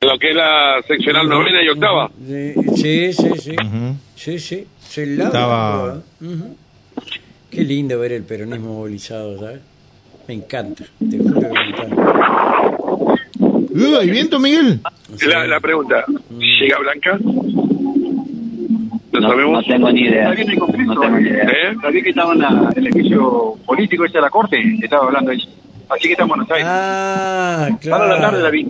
lo que es la seccional novena y octava. Sí, sí, sí. Sí, sí. Se labra Estaba- la prueba. Ujú. Qué lindo ver el peronismo movilizado, ¿sabes? Me encanta. Te juro que me encanta. Uh, ¿Hay viento, Miguel? La, la pregunta, ¿llega Blanca? ¿Lo No, sabemos? no tengo ni idea. Está bien el conflicto. No tengo ni idea. ¿Eh? Sabía que estaba en la- en el edificio político ese de la corte, estaba hablando ahí. Así que está en Buenos Aires. Ah, claro. Para la tarde, David.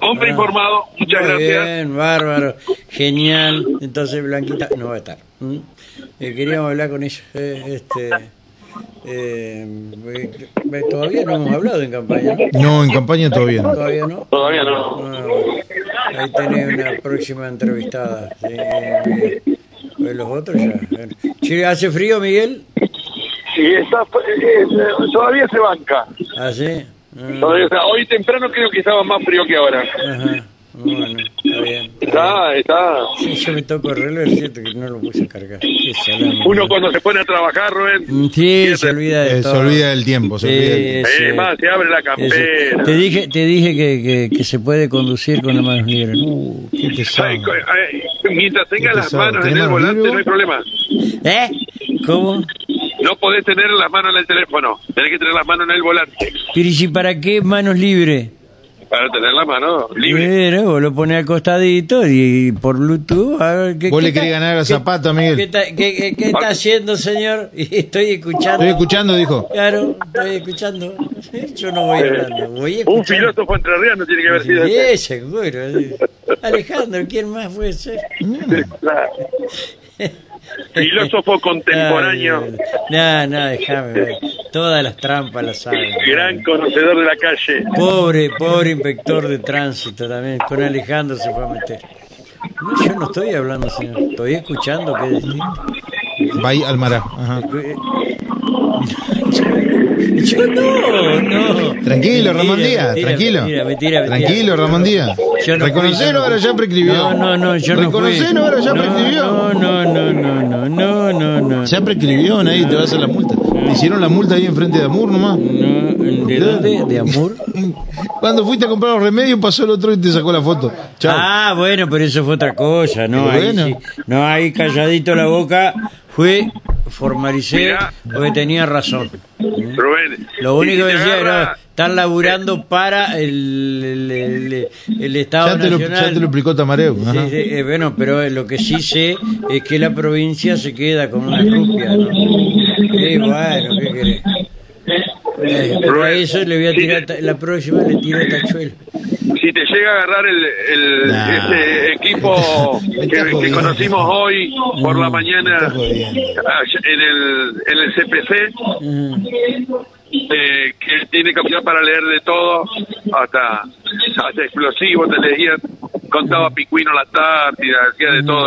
Hombre Ah. informado, muchas Muy gracias. Bien, bárbaro, genial. Entonces Blanquita no va a estar. ¿m? Eh, queríamos hablar con ella. eh, este, eh, eh, todavía no hemos hablado en campaña. ¿no? No, en campaña todavía no. Todavía no. Todavía no. Ah, ahí tenés una próxima entrevistada. sí, eh, eh, los otros ya. bueno. Che, ¿Hace frío, Miguel? Sí, está, eh, todavía se banca. ¿Hace? Ah, hoy temprano creo que estaba más frío que ahora. ajá. Bueno, está bien. Está, está. Sí, yo me toco el reloj, es cierto que no lo puse a cargar. Qué salame. Mm, Uno cuando se pone a trabajar, Rubén, Sí, se olvida de Eh, se todo. olvida del tiempo, se olvida del tiempo. Sí, eh, sí. más se abre la Sí, sí. campera. Te dije, te dije que, que- que se puede conducir con las manos libres. Uh, qué pesado. Ay, co- ay, mientras tengas las Empezado. manos en el ¿Tenemos volante, vivo? no hay problema. ¿Eh? ¿Cómo? No podés tener las manos en el teléfono. Tenés que tener las manos en el volante. Pero ¿y si para qué manos libres? Para tener las manos libres. Bueno, vos lo pones al costadito y por Bluetooth. A ver, ¿qué, Vos qué le está- querés ganar a qué- Zapata, ¿Qué Miguel. está, qué- qué- qué está haciendo, señor? Estoy escuchando. Estoy escuchando, dijo. Claro, estoy escuchando. Yo no voy hablando, voy Un escuchando. filósofo entrerriano tiene que haber sido. ese. Sí, seguro. sí. Alejandro, ¿quién más puede ser? Mm. Claro. Filósofo contemporáneo. No, no, déjame ver. Todas las trampas las saben. Gran conocedor de la calle. Pobre, pobre inspector de tránsito también. Con Alejandro se fue a meter. No, yo no estoy hablando, señor. Estoy escuchando qué decir. Bay Almará. Ajá. Yo no, no. Mentira, Tranquilo, Ramón Díaz, mentira, tranquilo. mentira, mentira, mentira. Tranquilo, Ramón Díaz. Yo no fui, yo Reconocelo, no ahora fui. ya prescribió. No, no, no, yo no fui. Reconocelo, ahora ya No, prescribió. No, no, no, no, no, no, no, no. Ya prescribió, nadie te va a hacer la multa. Te hicieron la multa ahí enfrente de Amur nomás. No, ¿De dónde? ¿De Amur? Cuando fuiste a comprar los remedios, pasó el otro y te sacó la foto. Chao. Ah, bueno, pero eso fue otra cosa, ¿no? Ahí, Bueno. sí. no, ahí calladito la boca, fue, formalicé, Mirá. porque tenía razón. Rubén. Lo único y si te que decía agarra- era, están laburando para el, el, el- el Estado ya, te lo, ya Nacional. te lo explicó Tamareo. Sí, Ajá. sí, eh, bueno, pero eh, lo que sí sé es que la provincia se queda con una rupia, ¿no? Sí, bueno, ¿qué querés? Eh, pero a eso le voy a tirar, ta- la próxima le tiro tachuelo. Si te llega a agarrar el, el- Nah. ese equipo Me que, está que jodiendo. Mm, conocimos hoy por la mañana me está jodiendo. ah, en el, en el CPC, Ah. Mm. eh, que tiene capacidad para leer de todo, hasta, hasta explosivos, te leía, contaba Mm. Picuino la Tártida, hacía de todo.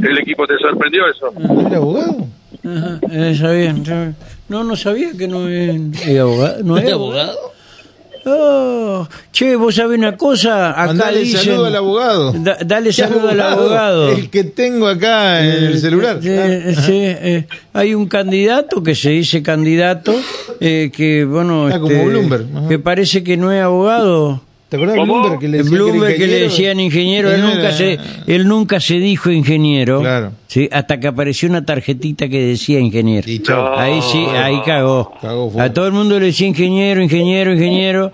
El, el equipo te sorprendió eso. ¿No era abogado? Ajá, eh, sabía, sabía. No, no sabía que no es abogado. ¿No es abogado? Oh, che, vos sabés una cosa. Acá Mandale dicen- saludo al abogado. Da- dale ¿Qué saludo al abogado. El que tengo acá en el celular. Ah, Eh, eh, sí, eh, hay un candidato que se dice candidato eh, que, bueno. este, Ah, como Bloomberg, ajá. Que parece que no es abogado. ¿Te acuerdas de ¿Cómo? Bloomberg que le El decían que era Bloomberg que le ingeniero? decían ingeniero, Él él no nunca, era- se, él nunca se dijo ingeniero, Claro. ¿sí? hasta que apareció una tarjetita que decía ingeniero. Y chao. Ahí sí, ahí cagó. Cagó full. A todo el mundo le decía ingeniero, ingeniero, ingeniero,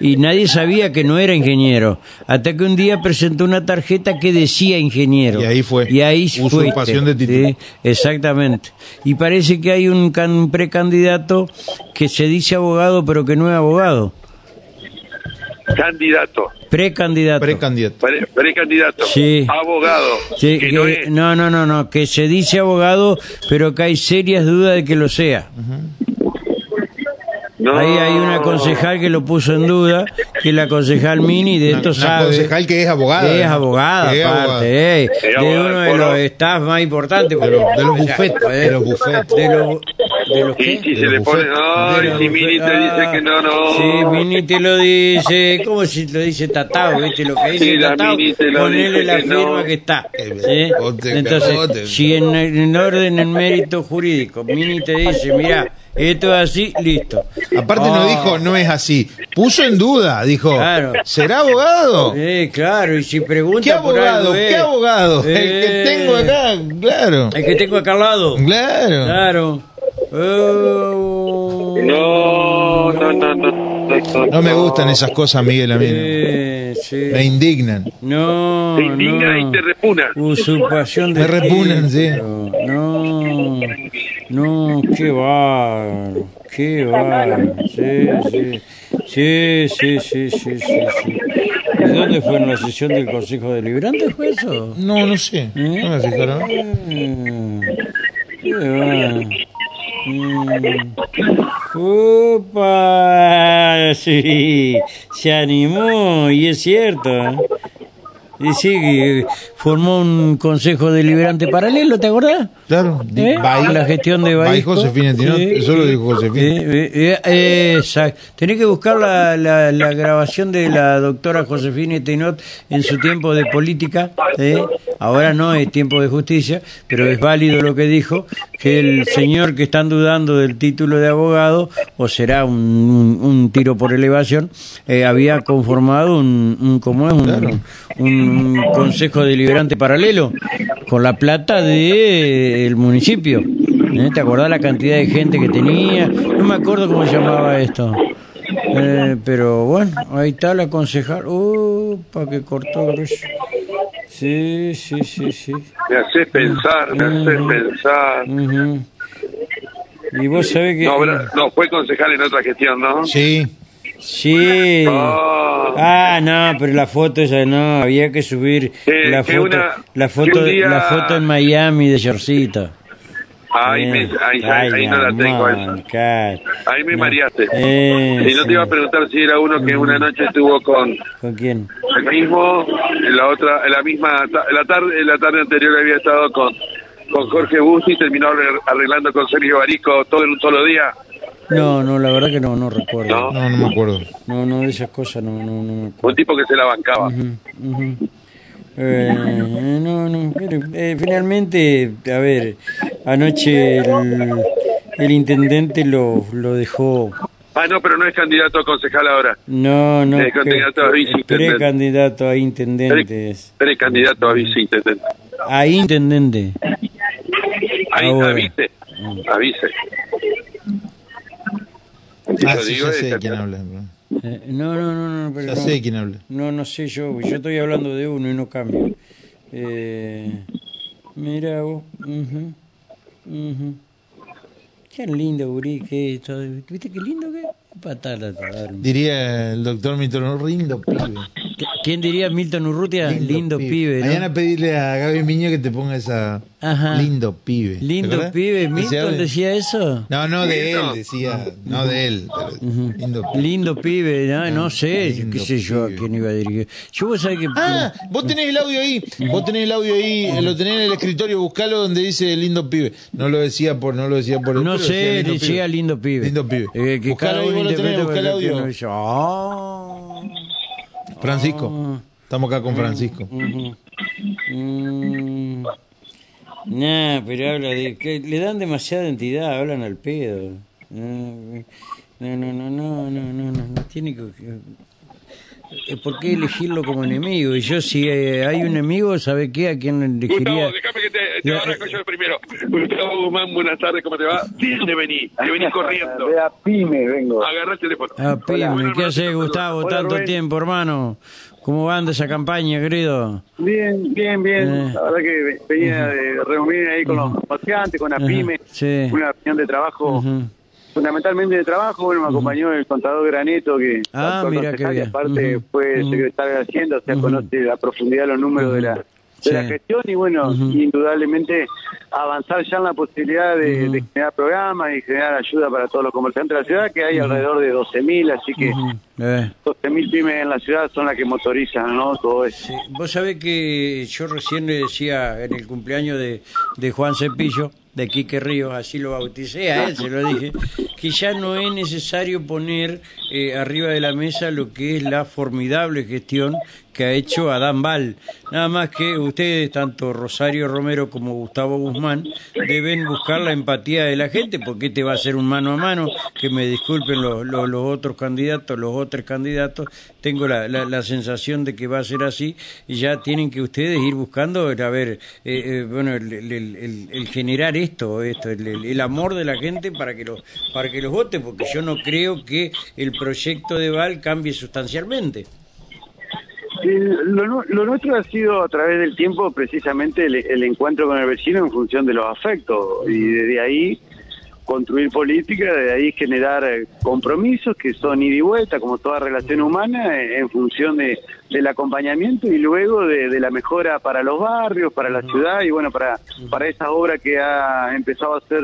y nadie sabía que no era ingeniero. Hasta que un día presentó una tarjeta que decía ingeniero. Y ahí fue. Y ahí fue. Usurpación de título. Exactamente. Y parece que hay un can- precandidato que se dice abogado, pero que no es abogado. Mm. Candidato, Precandidato. Precandidato. pre- precandidato, Sí. abogado, Sí, que que- no es. no, no, no, no, que se dice abogado, pero que hay serias dudas de que lo sea. No. Ahí hay una concejal que lo puso en duda, que la concejal Mini de esto Una- una sabe. concejal que es abogada. Que es ¿no? abogada, Que es aparte, abogada. eh, Es de abogada uno del de foro. los staff más importantes. De los- de los O sea, bufetes, de los bufetes. ¿eh? de los- ¿De los Y qué? si se le pone, no, y si Mini te dice que no, no. ah, Sí, Mini te lo dice. ¿Cómo si lo dice Tatao? ¿Viste lo que dice Sí, la Tatao? Mini te lo Ponele dice la que firma no. que está. Eh, ¿sí? ponte, capote. Entonces, si en, el- en orden, en mérito jurídico, Mini te dice, mira, esto es así, listo. Aparte no Ah, dijo, no es así. Puso en duda, dijo, Claro. ¿será abogado? Eh, claro, y si pregunta ¿Qué por abogado? algo, ¿Qué eh, abogado? El que eh, tengo acá, claro. El que tengo acá al lado. Claro. Claro. Oh. No, no, no, no. No me gustan esas cosas, Miguel, a mí. no. Eh, sí. Me indignan. No, Te indigna no. y te repugna. Usurpación de Me repugnan, sí. título. No, no, qué bárbaro, qué bárbaro. Sí, sí, sí, sí, sí, sí, sí, sí. ¿Y dónde fue en la sesión del Consejo Deliberante fue eso? No, no sé. No me fijaron. Mm, qué bárbaro. Mm. Upa, sí, se animó y es cierto. ¿eh? Y sí, que formó un consejo deliberante paralelo, ¿te acordás? Claro. di- ¿Eh? Baí- La gestión de Baí Baisco. Josefina Tinot, Eh, eso lo eh, dijo Josefina. eh, eh, eh, exacto. Tenés que buscar la, la- la grabación de la doctora Josefina Tinot en su tiempo de política. ¿eh? Ahora no es tiempo de justicia, pero es válido lo que dijo, que el señor que están dudando del título de abogado, o será un, un- un tiro por elevación, eh, había conformado un, un- ¿cómo es? Un- un consejo deliberante paralelo con la plata del municipio. ¿Eh? ¿Te acordás la cantidad de gente que tenía? No me acuerdo cómo se llamaba esto. Eh, pero bueno, ahí está la concejal. Upa, que cortó grueso. Sí, sí, sí, sí. Me haces pensar, me haces pensar. Ujú. Y vos sabés que... No, ¿verdad? no, fue concejal en otra gestión, ¿no? Sí. Sí. Ah. Ah, no, pero la foto esa no, había que subir Eh, la que foto, una- la que foto, un día- la foto en Miami de Yorcito. Ahí, me, ahí, ahí- ahí no la tengo esa. Ahí me mareaste. Si no te iba a preguntar si era uno que Mm. una noche estuvo con ¿Con quién? el mismo, en la otra, en la misma, ta- en la tarde, en la tarde anterior había estado con, con Jorge Busti y terminó arre- arreglando con Sergio Barico todo en un solo día. No, no, la verdad que no, no No. recuerdo. No, no me acuerdo. No, no, de esas cosas no, no, no me acuerdo. Mm, Un tipo que se la bancaba. Ujú. Eh, no, no, pero, eh, finalmente, a ver, anoche el, el intendente lo, lo dejó. Ah, no, pero no es candidato a concejal ahora. No, no. Es candidato a pre- viceintendente. precandidato a Eres intendentes. eres candidato a viceintendente. A intendente. Ahí Ahora. avise, Mm. avise. Ah, Yo sí, digo, ya es sé de quién candidato. habla. Eh, no, no, no, no. Pero Ya no, sé de quién habla. no, no sé yo. Yo estoy hablando de uno y no cambio. Eh, mira vos. ujú, ujú. Qué lindo, Uri, que es todo. ¿Viste qué lindo que es? Patata, patata. Diría el doctor Milton, lindo pibe. ¿Quién diría Milton Urrutia? Lindo, pibe. ¿no? Mañana pedirle a Gaby Miño que te ponga esa. Ajá. Lindo pibe. ¿Te Lindo acordás? pibe. Ese ¿Milton audio. decía eso? No, no de él, decía. No de él. pero Lindo pibe. Lindo pibe, no, no sé, lindo qué sé yo a pibe. quién iba a dirigir. Yo vos sabés que... Ah, vos tenés el audio ahí, vos tenés el audio ahí, lo tenés en el escritorio, buscalo donde dice lindo pibe. No lo decía por, no lo decía por el No culo, sé, decía lindo pibe. Lindo pibe. Eh, que Buscalo cada ahí, uno vos lo tenés, interpreta buscá el lo que audio. uno dice. Ah. Francisco, estamos acá con Francisco. Ujú. Mm. Nah, pero habla de que le dan demasiada entidad, hablan al pedo. No, no, no, no, no, no, no, no, no tiene que... eh, ¿Por qué elegirlo como enemigo? Y yo, si eh, hay un enemigo, ¿sabe qué? ¿A quién elegiría? Gustavo, déjame que te, te Ya, eh, abra yo primero. Gustavo Guzmán, buenas tardes, ¿cómo te va? ¿Dónde venís? Te venís corriendo. De a pyme vengo. Agarrá el teléfono. Ah, Pime, Hola. ¿qué haces, Gustavo? Hola, Tanto Rubén. tiempo, hermano. ¿Cómo anda esa campaña, querido? Bien, bien, Eh. bien. La verdad que venía de reunir ahí con los paseantes, con la Ajá, pyme, sí. una reunión de trabajo, Ujú. fundamentalmente de trabajo. Bueno, me acompañó el contador Graneto, que Ah, actual mira qué concejal, y bien. aparte Ujú. fue secretario de Hacienda, o sea, conoce la profundidad de los números de la de Sí. la gestión y bueno, indudablemente avanzar ya en la posibilidad de, de generar programas y generar ayuda para todos los comerciantes de la ciudad, que hay alrededor de 12.000, así que Ujú. Eh. 12.000 pymes en la ciudad son las que motorizan, ¿no? Todo eso. Sí, Vos sabés que yo recién le decía en el cumpleaños de, de Juan Cepillo, de Quique Ríos, así lo bauticé a él, se lo dije, que ya no es necesario poner eh, arriba de la mesa lo que es la formidable gestión que ha hecho Adán Val. Nada más que ustedes, tanto Rosario Romero como Gustavo Guzmán, deben buscar la empatía de la gente, porque este va a ser un mano a mano, que me disculpen los, los, los otros candidatos, los otros candidatos, tengo la, la, la, sensación de que va a ser así, y ya tienen que ustedes ir buscando, a ver, eh, eh, bueno, el, el, el, el, generar esto, esto el, amor de la gente para que, los, para que los vote, porque yo no creo que el proyecto de Val cambie sustancialmente. Lo, lo, nuestro ha sido a través del tiempo precisamente el, el, encuentro con el vecino en función de los afectos y desde ahí construir política, desde ahí generar eh, compromisos que son ida y vuelta, como toda relación humana, eh, en función de, del acompañamiento y luego de, de, la mejora para los barrios, para la ciudad y bueno, para, para esa obra que ha empezado a hacer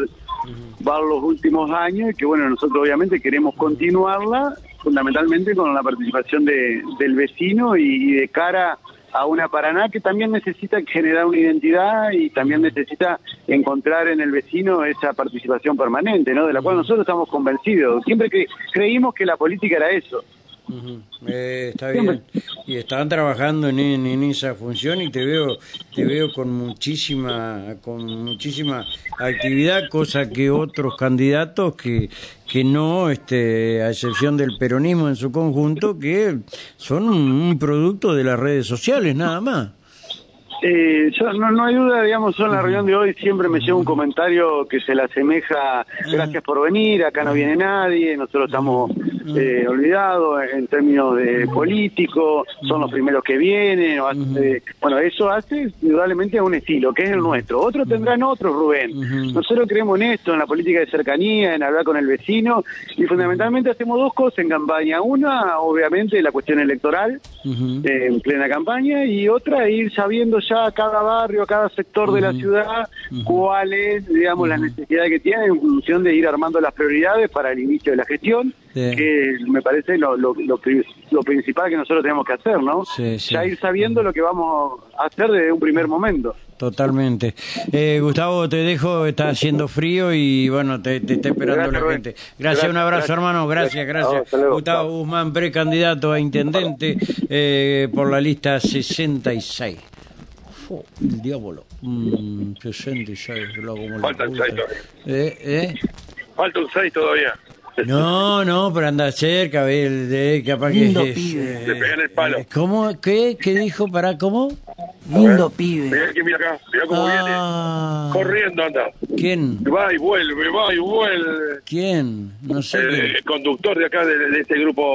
VAR los últimos años y que bueno, nosotros obviamente queremos continuarla fundamentalmente con la participación de, del vecino y, y, de cara a una Paraná que también necesita generar una identidad y también necesita encontrar en el vecino esa participación permanente, ¿no? De la cual nosotros estamos convencidos. Siempre que creímos que la política era eso. Uh -huh. eh, está bien. Y están trabajando en, en, en, esa función y te veo te veo con muchísima con muchísima actividad, cosa que otros candidatos que que no, este, a excepción del peronismo en su conjunto, que son un, un producto de las redes sociales nada más. Eh, yo, no, no hay duda, digamos, yo en la reunión de hoy siempre me llevo un comentario que se le asemeja, gracias por venir, acá no viene nadie, nosotros estamos eh, olvidados en términos de político, son los primeros que vienen, o hace, bueno, eso hace indudablemente un estilo, que es el nuestro, otros tendrán otros, Rubén, nosotros creemos en esto, en la política de cercanía, en hablar con el vecino, y fundamentalmente hacemos dos cosas en campaña, una, obviamente, la cuestión electoral, eh, en plena campaña, y otra, ir sabiendo ya a cada barrio, a cada sector uh -huh. de la ciudad, uh -huh. cuál es, digamos, uh -huh. la necesidad que tiene en función de ir armando las prioridades para el inicio de la gestión, sí. que me parece lo, lo, lo, lo, principal que nosotros tenemos que hacer, ¿no? Sí, sí. Ya ir sabiendo lo que vamos a hacer desde un primer momento. Totalmente. Eh, Gustavo, te dejo, está haciendo frío y bueno, te, te está esperando gracias, la gente. Gracias, gracias un abrazo gracias, hermano, gracias, gracias. Vos, Gustavo Guzmán, precandidato a intendente eh, por la lista 66 el diablo. Mm, 66, lo como Falta un 6 todavía. ¿Eh? ¿Eh? Falta un 6 todavía. No, no, pero anda cerca, el de, capaz Lindo que... Pibe. Eh, Le pegan el palo. ¿Cómo? ¿Qué? ¿Qué dijo? ¿Para cómo? Lindo pibe. Mirá, que mira acá, mirá cómo ah. viene. Corriendo anda. ¿Quién? Va y vuelve, va y vuelve. ¿Quién? No sé. Eh, El, el conductor de acá, de, de este grupo